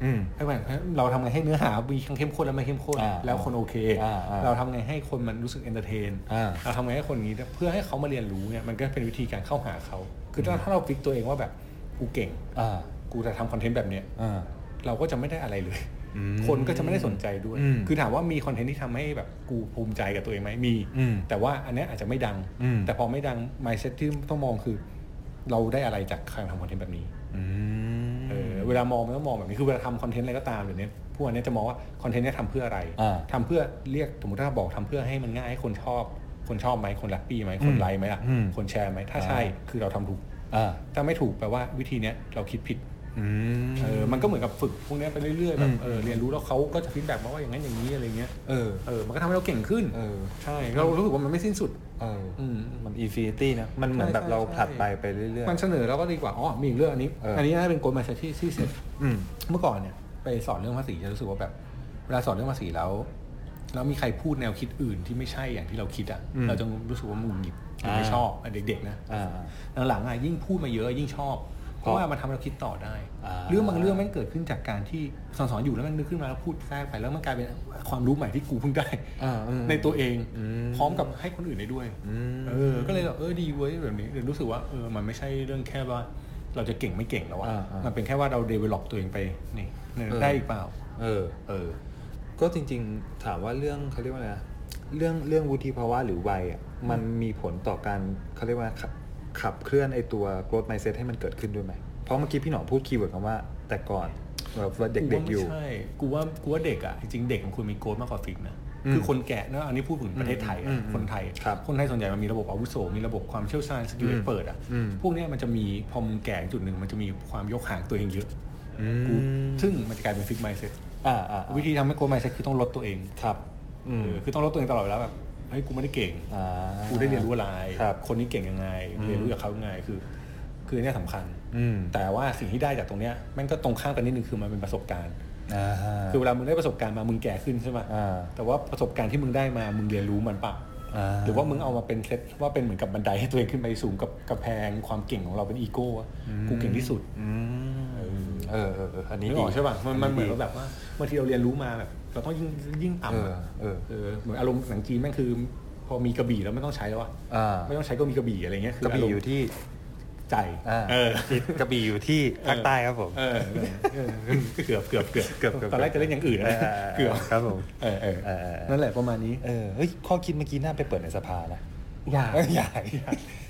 B: อืม
A: ให้มันเราทำไงให้เนื้อหามีทั้งเข้มข้นและไม่เข้มข้น
B: อ่า
A: แล้วคนโอเค
B: อ่าอ่า
A: เราทำไงให้คนมันรู้สึกเอนเตอร์เทน
B: อ่า
A: เราทำไงให้คนนี้เพื่อให้เขามาเรียนรู้เนี่ยมันก็เป็นวิธีการเข้าหาเขา คือถ้าถ้าเราฟิกตัวเองว่าแบบกูเก่ง
B: อ่า
A: กูจะทำคอนเทนต์แบบเนี้ย
B: อ่า
A: เราก็จะไม่ได้อะไรเลย
B: อืม
A: คนก็จะไม่ได้สนใจด้วย
B: อืม
A: คือถามว่ามีคอนเทนต์ที่ทำให้แบบกูภูมิใจกับตัวเองไหมมี
B: อืม
A: แต่ว่าอันเนี้ยอาจจะไม่ดัง
B: อืม
A: แต่พอไม่ดัง mindset ที่ต้องมองคือ เราได้อะไรจากการทำคอนเทนต์แบบนี้
B: อืม
A: เออเวลามองมันก็มองแบบนี้คือเวลาทำคอนเทนต์อะไรก็ตามเดี๋ยวนี้พวกอันเนี้ยจะมองว่าคอนเทนต์เนี้ยทำเพื่ออะไร
B: อ่า
A: ทำเพื่อเรียกสมมติถ้าบอกทำเพื่อให้มันง่ายให้คนชอบ คนชอบไหมคนรักปี้ไหมคนไลค์ไหมล่ะ
B: อืม
A: คนแชร์ไหมถ้าใช่
B: อ่า
A: คือเราทำถูก
B: อ่า
A: ถ้าไม่ถูกแปลว่าวิธีเนี้ยเราคิดผิด
B: อืม
A: เออมันก็เหมือนกับฝึกพวกเนี้ยไปเรื่อยๆแบ
B: อื
A: บ
B: ม
A: เออเรียนรู้แล้วเขาก็จะฟีดแบ็กมาว่าอย่างนั้นอย่างนี้อะไรเงี้ย
B: เออ
A: เออมันก็ทำให้เราเก่งขึ้น
B: เออ
A: ใช่เรารู้สึกว่ามันไม่สิ้นสุด
B: เอออ
A: อืม
B: มันอีฟิตี้นะ มันเหมือน
A: ใช่
B: แบบเรา
A: ใช่
B: ผลัดไปไปเรื่อย
A: มันเสนอเราก็ดีกว่าอ๋อมีอีกเรื่องอันนี้
B: เอออั
A: อันนี้น่าจะเป็นกฎมาที่ที่เสร็จ
B: ๆอืม
A: เมื่อก่อนเนี่ยไปสอนเรื่องภาษีจะรู้สึกว่าแบบเวลาสอนเรื่องภาษีแล้วแล้วมีใครพูดแนวคิดอื่นที่ไม่ใช่อย่างที่เราคิดอ่ะ
B: อืม
A: เราจะรู้สึกว่ามึนหงิดหรือ
B: อ่า
A: ไม่ชอบอันเด็กๆนะ
B: อ่า
A: หลังๆอ่ะยิ่งพูดมาเยอะยิ่งชอบ เพราะว่ามันทำให้เราคิดต่อได้
B: อ่า
A: เรื่องบางเรื่องมันเกิดขึ้นจากการที่สอนสอนๆอยู่แล้วมันนึกขึ้นมาแล้วพูดแทรกไปแล้วมันกลายเป็นความรู้ใหม่ที่กูเพิ่งได้
B: อ่าอืม
A: ในตัวเอง
B: อืม
A: พร้อมกับให้คนอื่นได้ด้วย
B: อืม
A: เออ ก็เลยแบบเออดีเว้ยแบบนี้เดี๋ยวรู้สึกว่าเออ มันไม่ใช่เรื่องแค่ว่า เราจะเก่งไม่เก่งแล้วอะ
B: อ่าอ่ามั
A: มันเป็นแค่ว่าเราเดเวล็อปตัวเองไปนี่ใน
B: เออ
A: ได้อีกเปล่า
B: เออ
A: เออ
B: ก็จริงๆถามว่าเรื่องเขาเรียกว่าอะไรนะเรื่องเรื่องวุฒิภาวะหรือวัยอ่ะมันมีผลต่อการเขาเรียกว่าขับขับเคลื่อนไอตัว growth mindset ให้มันเกิดขึ้นด้วยไหม เพราะเมื่อกี้พี่หนอมพูดคีย์เวิร์ดคำว่า แต่ก่อนแบบว่าเด็กๆอยู่
A: กูว่าไม่ใช่ กูว่า กูว่าเด็กอ่ะ จริงๆ เด็กมันควรมีโกดมากกว่าฟิกนะ
B: อืม
A: คือคนแก่นะอันนี้พูดถึงประเทศไทย
B: อื
A: อะ
B: ม
A: คนไทย
B: ครับ
A: คนไทยส่วนใหญ่มันมีระบบอาวุโส มีระบบความเชี่ยวชาญสกิล
B: อืม
A: เปิดอ่ะ
B: อืม
A: พวกเนี้ยมันจะมีพอมึงแก่จุดหนึ่งมันจะมีความยกห่างตัวเองเยอะ
B: อืม
A: กูซึ่งมันจะกลายเป็นฟิกไมเซ็ต
B: อ่าอ่า
A: วิธีทำให้โกดไมเซ็ตคือต้องลดตัวเอง
B: ครับ อืม
A: เออคือต้องลดตัวเองตลอดเวลาแบบเฮ้ยกูไม่ได้เก่ง
B: อ่า
A: กูได้เรียนรู้อะไร
B: ครับ
A: คนนี้เก่งยังไง
B: อืม
A: เรียนรู้จากเขายังไง คือ คือเนี่ยสำคัญ
B: อืม
A: แต่ว่าสิ่งที่ได้จากตรงเนี้ยแมันก็ตรงข้ามกันนิดนึงคือมันเป็นประสบการณ์
B: อ่าฮะ
A: คือเวลามึงได้ประสบการณ์มา มึงแก่ขึ้นใช่ไหม
B: อ่า
A: แต่ว่าประสบการณ์ที่มึงได้มา มึงเรียนรู้มันปะ
B: อ่า
A: หรือว่ามึงเอามาเป็นเซตว่าเป็นเหมือนกับบันไดให้ตัวเองขึ้นไปสูงกับกระแพงความเก่งของเราเป็นอีโก้อะกูเก่งที่สุด
B: อืมเออเออเอออันนี้
A: นี่
B: ดี
A: ออกใช่ป่ะ มันมันเหมือน
B: ดี
A: ว่าแบบว่าบางทีเราเรียนรู้มาแบบเราต้องยิ่งยิ่งต่ำอะ
B: เออเออ
A: เออเหมือนอารมณ์หนังจีนแม่งคือ พอมีกระบี่แล้วไม่ต้องใช้แล้วอะ
B: อ่า
A: ไม่ต้องใช้ก็มีกระบี่อะไรเงี้ยคื
B: กระบี่อยู่
A: า
B: ที่
A: มณ์ใจ
B: อ่า
A: เออ
B: กระบี่อยู่ที่ภาคใต้ครับผม
A: เออเออเกือบเกือบเกือบ
B: เกือบเกือบ
A: ตอนแรกจะเล่นอย่างอื่นนะ
B: เออเออเออ
A: เกือบ
B: ครับผม
A: เออเออ
B: เออเออเออ
A: นั่นแหละประมาณนี้
B: เออเฮ้ยข้อคิดเมื่อกี้น่าไปเปิดในสภานะ
A: อย่า
B: เออใหญ่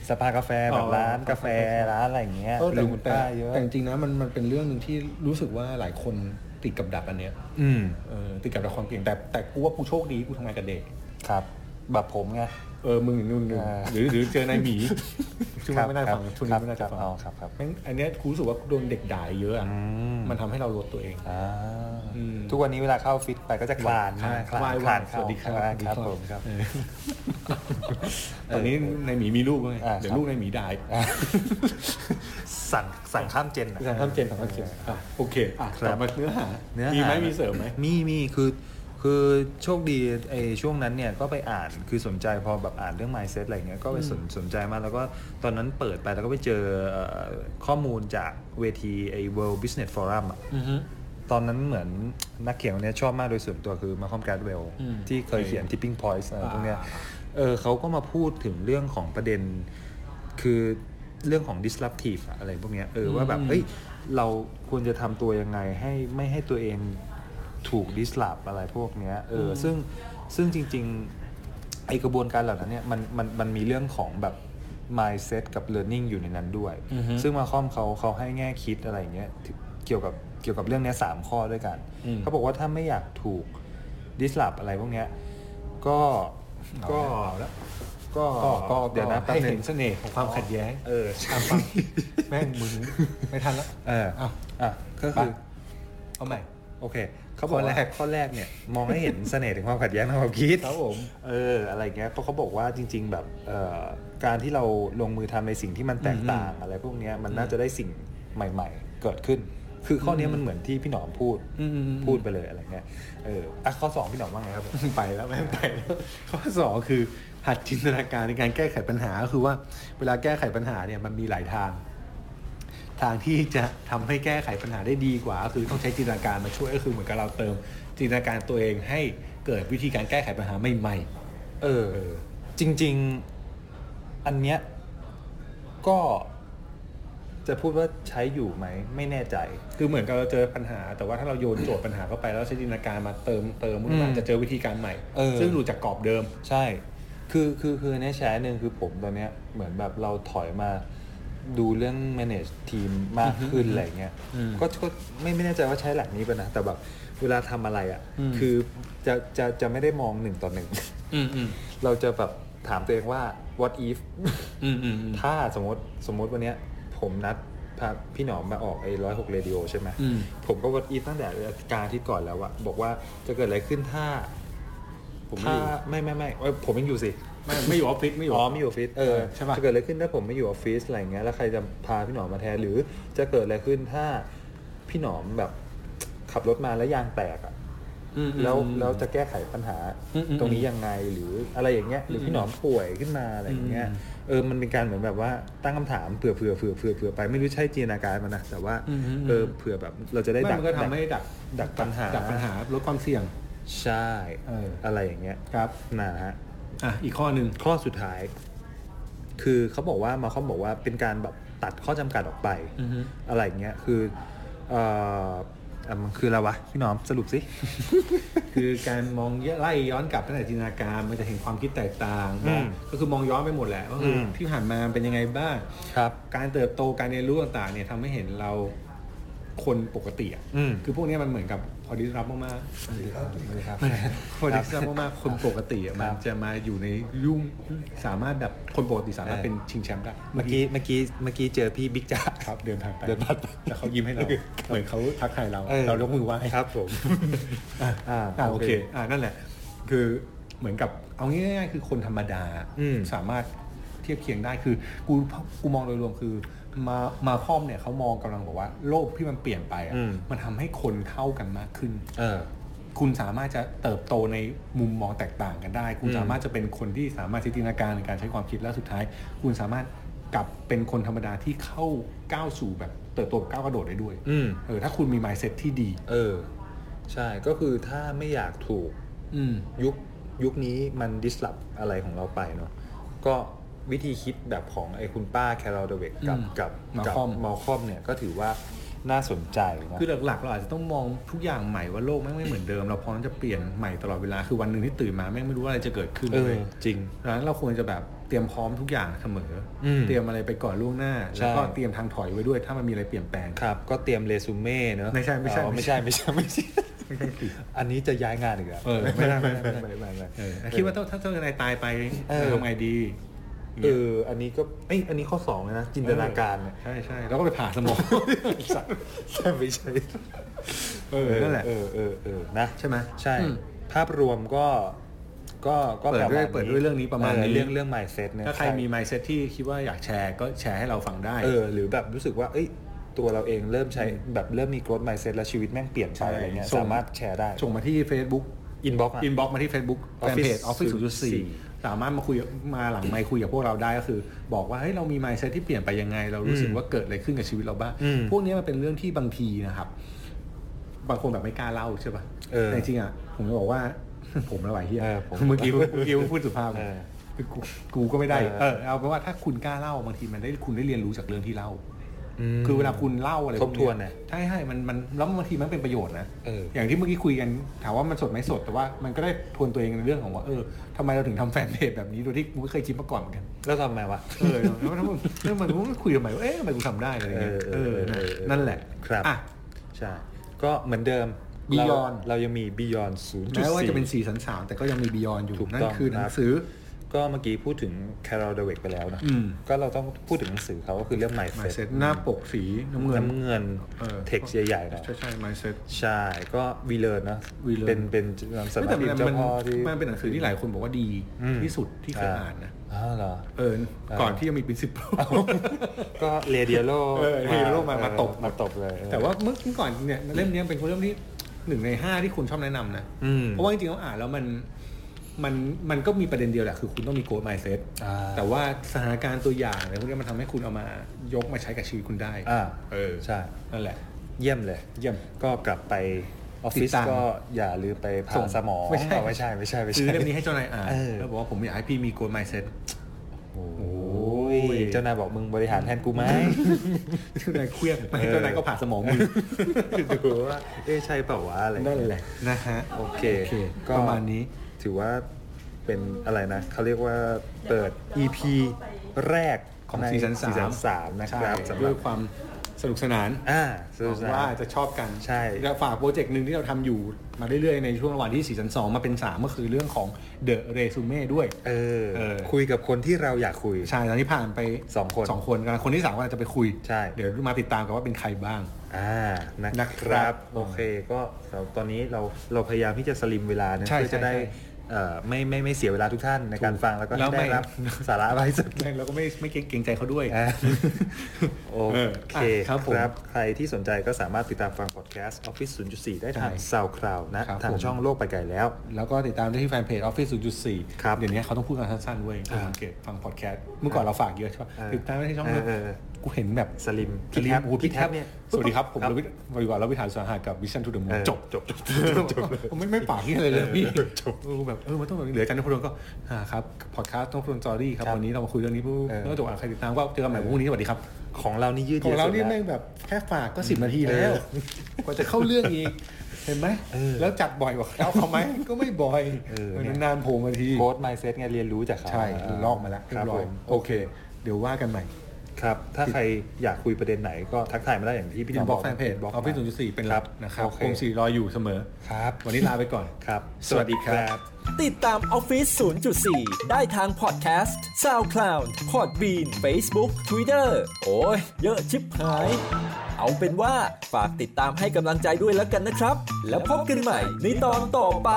B: สปากาแฟแบบร้าน
A: อ๋อ
B: กาแฟร้านอะไรอย่างเงี้ย
A: เออแต่
B: ลุง
A: แต่
B: ป้าเยอะ
A: แต่จริงๆนะมันมันเป็นเรื่องหนึ่งที่รู้สึกว่าหลายคนติดกับดักอันเนี้ย
B: อืม
A: เออติดกับดักความเก่งแต่แต่กูว่ากูโชคดีกูทำงานกับเด็ก
B: ครับ แบบผมไง
A: เออมึงหนึ่งหนึ่งหนึ่ง
B: อ่า
A: หรือหรือเจอนายหมีช่วง
B: ค
A: นี้
B: รับ
A: ไม่น่า
B: ครั
A: ฟั
B: บ
A: งช่วงนี้ไม่น่าจะ
B: ครับ
A: ฟัง
B: อ๋อครับครับ
A: แม่งอันเนี้ยกูรู้สึกว่าโดนเด็กด่าเยอะอะ
B: อืม
A: มันทำให้เราลดตัวเอง
B: อ่า
A: อืม
B: ทุกวันนี้เวลาเข้าฟิตไปก็จะคลานใช่ไหมคลาน
A: วาย
B: คลาน
A: สวัสดีครับ
B: คลานครับ
A: ส
B: ผ
A: วัส
B: ม
A: ดี
B: ครับ
A: เออตอนนี้ในายหมีมีลูกแล้วไง
B: อ่า
A: เดี๋ย
B: ค
A: ว
B: รับ
A: ลูกในายหมีได้
B: สั่งสั่งข้ามเจนอะ
A: ทำเจนทำเจนอ่ะโอเคอ่ะ
B: ครั
A: ก
B: บ
A: ลับมาเนื้อหา
B: เนื้อ
A: มีไหม
B: หา
A: มีเสริมไหม
B: มีมีคือคือโชคดีไอ้ช่วงนั้นเนี่ยก็ไปอ่านคือสนใจพอแบบอ่านเรื่อง mindset อะไรเงี้ยก็ไปสนสนใจมากแล้วก็ตอนนั้นเปิดไปแล้วก็ไปเจอเอ่อข้อมูลจากเวทีไอ้ world business forum อะตอนนั้นเหมือนนักเขียนคนเนี้ยชอบมากโดยส่วนตัวคือมาคอมการ์ดเวล
A: อืม
B: ที่เคยเขียน tipping points อะไรพวกเนี้ย
A: อ่า
B: เออเขาก็มาพูดถึงเรื่องของประเด็น คือเรื่องของ disruptive อะอะไรพวกเนี้ยเออว่าแบบเฮ้ย เราควรจะทำตัวยังไงให้ไม่ให้ตัวเองถูกดิสลอฟอะไรพวกเนี้ยเอออซึ่งซึ่งจริงๆไอกระบวนการเหล่านั้นเนี่ยมันมันมันมีเรื่องของแบบ mindset กับ learning อยู่ในนั้นด้วย
A: อือฮึ
B: ซึ่งมาคอมเขาเขาให้แง่คิดอะไรอย่างเงี้ยที่เกี่ยวกับเกี่ยวกับเรื่องเนี้ยสามข้อด้วยกัน
A: อืม
B: เขาบอกว่าถ้าไม่อยากถูกดิสลอฟอะไรพวกเนี้ยก็ก็ก็
A: ก็ก็
B: เดี๋ยวนะแป๊บ
A: ให้
B: นึ
A: เห็น
B: ง
A: เสน่ห์ของความขัดแย้ง
B: เออใช่
A: แม่งมึงไม่ทันแล้ว
B: เออ
A: เอา
B: อ่ะก็คือ
A: ไป เอาใหม่
B: โอเคเขาบอก
A: ข้อแร
B: ว่ากข้อแรกเนี่ย มองให้เห็นเสน่ห์ถึงความขัดแย้งทางความคิด
A: ครับผม
B: เอออะไรเงี้ยเพราะเขาบอกว่าจริง ๆ แบบเอ่อการที่เราลงมือทำในสิ่งที่มันแตกต่างอะไรพวกเนี้ยมันน่าจะได้สิ่งใหม่ ๆ เกิดขึ้น คือข้อเนี้ยมันเหมือนที่พี่หนอมพูด
A: อืมอืมอืม
B: พูดไปเลยอะไรเงี้ยเอออ่ะข้อสองพี่หนอมว่าไงครับผม
A: ไปแล้วแม่งไปแล้วข้อสองคือหัดจินตนาการในการแก้ไขปัญหาก็คือว่าเวลาแก้ไขปัญหาเนี่ยมันมีหลายทาง ทางที่จะทำให้แก้ไขปัญหาได้ดีกว่าก็คือต้องใช้จินตนาการมาช่วยก็คือเหมือนกับเราเติม จินตนาการตัวเองให้เกิดวิธีการแก้ไขปัญหาใหม่
B: เออ
A: เออ
B: จริง ๆ อันเนี้ยก็ จะพูดว่าใช้อยู่ไหมไม่แน่ใจ
A: คือเหมือนกับเราเจอปัญหา แต่ว่าถ้าเราโยนโจทย์ปัญหาเข้าไปแล้วใช้จินตนาการมาเติมเติมมันมา
B: อืม
A: จะเจอวิธีการใหม่
B: เออ
A: ซึ่งหลุดจากกรอบเดิม
B: ใช่ คือ คือ คือในแชร์หนึ่งคือผมตอนเนี้ย เหมือนแบบเราถอยมาดูเรื่อง manage ทีมมากขึ้นอะไรเงี้ย
A: อืม
B: ก็ ก็ไม่ไม่แน่ใจว่าใช้หลักนี้ป่ะนะ แต่แบบเวลาทำอะไรอะ่ะ
A: อืม
B: คือจะ จะ จะไม่ได้มองหนึ่งต่อหนึ่ง
A: อืมอืม
B: เราจะแบบถามตัวเองว่า what if
A: อืมอืมอืม
B: ถ้าสมมติสมมติวันเนี้ยผมนัดพาพี่หนอมมาออกไอ้ร้อยหกเรดิโอใช่ไหม
A: อืม
B: ผมก็วัดอีฟตั้งแต่กลารที่ก่อนแล้วอะบอกว่าจะเกิดอะไรขึ้นถ้า
A: ผมไม่
B: ถ้า
A: อยู่
B: ไม่ไม่ไม่เอ้ยผมยังอยู่สิ
A: ไม่ไม่อยู่ออฟฟิศไม่อยู่
B: อ๋อไม่อยู่ออฟฟิศเออ
A: ใช่ปะ
B: จะเกิดอะไรขึ้นถ้าผมไม่อยู่ออฟฟิศอะไรเงี้ยแล้วใครจะพาพี่หนอมมาแทนหรือจะเกิดอะไรขึ้นถ้าพี่หนอมแบบขับรถมาแล้วยางแตกอะ
A: มอืม
B: แล้ว
A: อืม
B: แล้วจะแก้ไขปัญหา
A: อืมอืม
B: ตรงนี้ยังไงหรืออะไรอย่างเงี้ยหรือ
A: ม
B: พี่หนอมป่วยขึ้นมาอะไรอย่างเงี้ย
A: อืม
B: เออมันเป็นการเหมือนแบบว่าตั้งคำถามเผื่อเผื่อเผื่อเผื่อเผื่อไปไม่รู้ใช่จินตนาการมันนะแต่ว่า
A: อืมอืม
B: เออเผื่อแบบเราจะได้
A: ไม่
B: ดัก
A: มันก็ทำให้
B: ดัก
A: ดัก
B: ดักปัญหา
A: ดักปัญหาลดความเสี่ยง
B: ใช่
A: เอออ
B: อะไรอย่างเงี้ย
A: ครับ
B: นะฮะ
A: อ่ะอีกข้อหนึ่ง
B: ข้อสุดท้าย คือเขาบอกว่ามาเขาบอกว่าเป็นการแบบตัดข้อจำกัดออกไป
A: อือฮึ
B: อะไรอย่างเงี้ยคือเอ่ออ่ะมันคืออะไรวะพี่หนอมสรุปสิ
A: คือการมองไล่ย้อนกลับตั้งแต่จินตนาการมันจะเห็นความคิดแตกต่าง
B: อืม
A: ก็คือมองย้อนไปหมดแหละว่าคืออ
B: ม
A: ที่ผ่านมาเป็นยังไงบ้าง
B: ครับ
A: การเติบโตการเรียนรู้ต่างๆเนี่ยทำให้เห็นเราคนปกติอ่ะ
B: อืม
A: คือพวกเนี้ยมันเหมือนกับพอดิสรับมาก
B: ครับ
A: ๆพอดิสรับมากๆคนปกติอ่ะมันจะมาอยู่ในยุ่งสามารถแบบคนปกติสามารถ
B: เออ
A: เป็นชิงแชมป์ได้
B: เมื่อกี้เมื่อกี้เมื่อกี้เจอพี่บิ๊กจ๊ะ
A: ครับเดินผ่านไป
B: เดินผ่านไป
A: แล้วเขายิ้มให้เราเหมือนเขาทักทายเรา
B: เออ
A: เรายกมือไหว้
B: ครับผม อ่า
A: อ่าโอเคอ่านั่นแหละ คือเหมือนกับเอาง่ายๆคือคนธรรมดา
B: อืม
A: สามารถเทียบเคียงได้คือกูกูมองโดยรวมคือมามาคอมเนี่ยเขามองกำลังบอกว่าโลกที่มันเปลี่ยนไปอ่ะ
B: อืม
A: มันทำให้คนเท่ากันมากขึ้น
B: เออ
A: คุณสามารถจะเติบโตในมุมมองแตกต่างกันได้ คุณ
B: อืม
A: สามารถจะเป็นคนที่สามารถจินตนาการในการใช้ความคิดและสุดท้าย คุณสามารถกลับเป็นคนธรรมดาที่เข้าก้าวสู่แบบเติบโตแบบก้าวกระโดดได้ด้วย
B: อืม
A: เออถ้าคุณมี mindset ที่ดี
B: เออ ใช่ก็คือถ้าไม่อยากถูก
A: อืม
B: ยุคยุคนี้มันดิสล p บอะไรของเราไปเนาะก็วิธีคิดแบบของไอ้คุณป้าแคลร์เดเวกกับ
A: อืม
B: กับกั
A: Malcolm
B: มอลคอมเนี่ยก็ถือว่าน่าสนใจนะ
A: คือหลักๆ เราอาจจะต้องมองทุกอย่างใหม่ว่าโลกแม่งไม่เหมือนเดิม เราพร้อมจะเปลี่ยนใหม่ตลอดเวลาคือวันหนึ่งที่ตื่นมาแม่งไม่รู้ว่าอะไรจะเกิดขึ้น
B: เออ
A: เลย
B: จริง
A: ดังนั้นเราควรจะแบบเตรียมพร้อมทุกอย่างเสมออ
B: ม
A: เตรียมอะไรไปก่อนล่วงหน้า
B: ใช่
A: แล้วก็เตรียมทางถอยไว้ด้วย ถ้ามันมีอะไรเปลี่ยนแปลง
B: ครับ ก็เตรียมเรซูเม่เนาะ
A: ไม่ใช่ไม่ใช่
B: อ๋อไม่ใช่ไม่ใช่ไม่ใช่
A: ไม่ใช่สิ
B: อันนี้จะย้ายงานอีกแล้ว
A: เออ
B: ไม่ได้ไม่ได้
A: ไม่
B: ไม่
A: ได้
B: ได้ไม่ได้ไม่
A: เอ
B: ได้
A: อคิดว่าถ้าถ้าเจ้านายตายไป
B: เออ
A: จะทำไงดี
B: เอออันนี้ก็เอ้ยอันนี้ข้อสองเลยนะจินตนาการเนี่ย
A: ใช่ใช่แล้วก็ไปผ่าสมอง
B: ใช่ไม่ใช่
A: เออนั่นแหละ
B: เออเออเออนะ
A: ใช่ไหม
B: ใช่
A: อืม
B: ภาพรวมก็ก็ก็
A: เปิดด้วย
B: ประมาณนี้
A: เปิดด้วยเรื่องนี้ประมาณนี้
B: เออเรื่องเรื่อง mindset เนี่ย
A: ถ้าใครมี mindset ที่คิดว่าอยากแชร์ก็แชร์ให้เราฟังได้
B: เออหรือแบบรู้สึกว่าเอ้ยตัวเราเองเริ่มใช้แบบเริ่มมี growth mindset แล้วชีวิตแม่งเปลี่ยนไป
A: ใช่
B: อะไรเงี้ย
A: ส่ง
B: สามารถแชร์ได้
A: ส่งมาที่ Facebook
B: inbox
A: อินบ็อกมาที่ Facebook แฟนเพจ
B: Office
A: Office 0.4
B: 0.4
A: สามารถมาคุยมาหลังไมค์คุยกับพวกเราได้ก็คือ บอกว่าเฮ้ยเรามี mindset ที่เปลี่ยนไปยังไง เรารู้สึก
B: อืม
A: ว่าเกิดอะไรขึ้นกับชีวิตเราบ้าง
B: อืม
A: พวกนี้มันเป็นเรื่องที่บางทีนะครับ บางคนแบบไม่กล้าเล่าใช่ป่ะ
B: เออ
A: แต่จริงๆอ่ะผมจะบอกว่า ผมระบายเฮีย
B: เออผม
A: เมื่อกี้เมื่อกี้พูดสุภาพ
B: เออ
A: คือกูกูก็ไม่ได้
B: เออ
A: เออเอาเป็นว่าถ้าคุณกล้าเล่าบางทีมันได้คุณได้เรียนรู้จากเรื่องที่เล่า
B: ม
A: คือเวลาคุณเล่าอะไรพก
B: ทบทวนนะ
A: ใช่ใช่มันมันแล้วบางทีมันเป็นประโยชน์นะ
B: เอออย่าง
A: ที่เมื่อกี้คุยกันถามว่ามันสดไหมสดแต่ว่ามันก็ได้ทวนตัวเองในเรื่องของว่าเออทำไมเราถึงทำแฟนเพจแบบนี้โดยที่กูไม่เคยคิดมาก่อนเหมือนกัน
B: แล้วทำไมวะ
A: เออ แล้วมันแล้วมันกูคุยทำไมว่าเอ๊ะทำไมกูทำได้อะไรอย่างเงี้ย
B: เออเออเออเออ
A: นั่นแหละ
B: ครับ
A: อ่ะ
B: ใช่ ก็เหมือนเดิม
A: Beyond
B: เราเรายังมี Beyond 0.4
A: แม้ว่าจะเป็นสีสันสามแต่ก็ยังมีบียอนอยู่
B: ถูก
A: นั่น
B: ต้อง
A: คือหนั
B: ค
A: ง
B: รับ
A: สือ
B: ก็เมื่อกี้พูดถึง Carol Dweck ไปแล้วนะ
A: อืม
B: ก็เราต้องพูดถึงหนังสือเขาก็คือเรื่อง
A: มา
B: mindset
A: เซตหน้าปกสีน้ำเงิน
B: น้ำเงิน
A: เออ
B: เท็กซ์ใหญ่ๆหนะ
A: ใช่ใช่มาเซต
B: ใช่ก็วีเลอร์นอะ
A: วีเลอร์
B: เป็นเป็นนามสำนั
A: แต่
B: ก
A: มั
B: พิ
A: น
B: มพ์เจ้า
A: มัน
B: พ่อที่
A: มันเป็นหนังสือที่หลายคนบอกว่าดี
B: อืม
A: ที่สุดที่เคยอ่านนะ
B: อ๋อเหรอ
A: เออ ก่อนที่จะมีปรินซิป
B: ก็เรเดียโล
A: เออเรเดียโลมามาตบ
B: มาตบเลยเออ
A: แต่ว่าเมื่อก่อนเนี่ยเล่มเนี้ยเป็นเล่มที่หนึ่งในห้าที่คุณชอบแนะนำนะ
B: อืม
A: เพราะว่าจริงๆแล้วอ่านแล้วมันมันมันก็มีประเด็นเดียวแหละคือคุณต้องมีโก m ไม d ์เซต
B: อ่า
A: แต่ว่าสถานการณ์ตัวอย่างอะไรพวกเนี้ยมันทำให้คุณเอามายกมาใช้กับชีวิตคุณได้
B: อ่า
A: เออ
B: ใช่
A: นั่นแหละ
B: เยี่ยมเลย
A: เยี่ยม
B: ก็กลับไปออฟ
A: ติ
B: ฟิศ
A: ดตาม
B: ก็อย่าลืมไปผ่าสมอง
A: ไม่ใช่
B: เอาไม่ใช่ไม่ใช่ไม่
A: ซื้
B: ใช่
A: อเล่มนี้ให้เจ้านายอ่าน
B: เออ
A: แล้วบอกว่าผมอยากให้พี่มีโก m ไม d ์เซต
B: โอ้
A: โอ้
B: ย
A: ย
B: เจ้านายบอกมึงบริหารแทนกูไหม
A: เจ้านายเครียดไป
B: เออ
A: เจ้านายก็ผ่าสมองมึง
B: ดูว่าเอ๊ะใช่เปล่าวะอะไร
A: นั่นแหละนะฮะ
B: โอเค
A: โอเค
B: ก็
A: ประมาณนี้
B: ถือว่าเป็นอะไรนะเขาเรียกว่าเปิด EP แรก
A: ของ
B: ใน
A: ซีซั่นสาม
B: ซีซั่นสามนะครับ
A: ใช่
B: สำห
A: ด้
B: รั
A: ว
B: บ
A: ยความสนุกสนาน
B: อ่า
A: หวังว่าจะชอบกัน
B: ใช่
A: แล้วฝากโปรเจกต์หนึ่งที่เราทำอยู่มาเรื่อยๆ ในช่วงระหว่างที่ซีซั่นสองมาเป็นสามก็คือเรื่องของ The Resume ด้วย
B: เออ
A: เออ
B: คุยกับคนที่เราอยากคุย
A: ใช่ตอนนี้ผ่านไป
B: สองคน
A: สองคนกำลังคนที่สามกำลังจะไปคุย
B: ใช่
A: เดี๋ยวมาติดตามกันว่าเป็นใครบ้าง
B: อ่านะ
A: นะค
B: ค
A: รั
B: รั
A: บบ
B: โอเคก็สำหรับตอนนี้เราเราพยายามที่จะสลิมเวลานะ
A: ใช่
B: เพื่อจะได้
A: ใช่ใช่
B: เอ่อไม่ไม่ไม่เสียเวลาทุกท่านในการ
A: ถูก
B: ฟังแล้วก็
A: แล้ว
B: ให้ได้
A: ไม่
B: รับสาระไปสุด
A: แล้วก็ไม่ไม่เกรงใจเขาด้วย
B: อ่าโอเค
A: เอออ่ะครับผม
B: ครับ ใครที่สนใจก็สามารถติดตามฟังพอดแคสต์ Office 0.4 ได้ทาง
A: ใช่
B: SoundCloud นะครับ ทา
A: ผ
B: ง
A: ม
B: ช่องโลกไปไกลแล้ว
A: แล้วก็ติดตามได้ที่แฟนเพจ Office 0.4
B: ครับ
A: เดี๋ยวนี้เขาต้องพูดกันสั้นๆเว้ย
B: อ่า
A: สังเกตฟังพอดแคสต์ เมื่อก่อนเราฝากเยอะใช่ป่ะ
B: เออ
A: ติดตามได้ที่ช่อง
B: เออเออ
A: กูเห็นแบบ
B: สลิม
A: ส
B: พี่
A: ลิ
B: แท็
A: ม
B: บ
A: โอ้โหพี่แท็บ
B: พี่แท็บเนี่ย
A: สวัสดีครับ ผม
B: ครับ
A: รวิทย์วริวารวิหารสาหะกับวิชันทูเดอะมู
B: เออ
A: จบ
B: จบจบจบเลย
A: ไม่ไม่ฝากที่อะไรเลยพี่
B: จบ
A: เออแบบเออมันต้องเหลืออาจันทรย์นพดลก็อ่าครับพอดแคสต์ต้องพดลจอรี่ครับ
B: ครับ
A: วันนี้เรามาคุยเรื่องนี้ปุ๊บ
B: เออ
A: แล้วก็จบอ่ะใครติดตามก็เจอกันใหม่พรุ่งนี้สวัสดีครับ
B: ของเรานี่ยืด
A: ขอ
B: เยื้
A: ง
B: อ
A: เรา
B: สุด
A: นี่
B: แล้
A: แม่
B: ว
A: งแบบแค่ฝากก็สิบนาทีแล้ว กว่าจะเข้าเรื่องอีก เห็นไหม
B: เออ
A: แล้วจัดบ่อยกว่าเขาเขาไหม ก็ไม่บ่อย
B: เออ
A: มัน
B: เนี่ย
A: นานๆโผล่มาที
B: โค้ดไมเซ็ตไงเรียนรู้จากเขา
A: ใช่ลอกมาแล้วเรีย
B: ครับบ
A: ร้อ
B: ผ
A: ย
B: ม
A: โอเค เดี๋ยวว่ากันใหม่
B: ครับ ถ้าใครอยากคุยประเด็นไหนก็ทักทายมาได้อย่างที่พี่
A: อิ
B: ต้อน ง
A: บ็
B: บอก อก
A: แฟนเพจ
B: บล็อก
A: เอาพี่ศูนย์
B: ม
A: จุดสี่เป็นหลักนะครับ
B: โอเค
A: วงสี่รออยู่เสมอ
B: ครับ
A: วันนี้ลาไปก่อน
B: ครับ
A: สวัสดีครับ
C: ติดตาม Office 0.4 ได้ทางพอดแคสต์ SoundCloud Podbean Facebook Twitter โอ้ย เยอะชิบหาย เอาเป็นว่าฝากติดตามให้กำลังใจด้วยแล้วกันนะครับ แล้วพบกันใหม่ในตอนต่อไป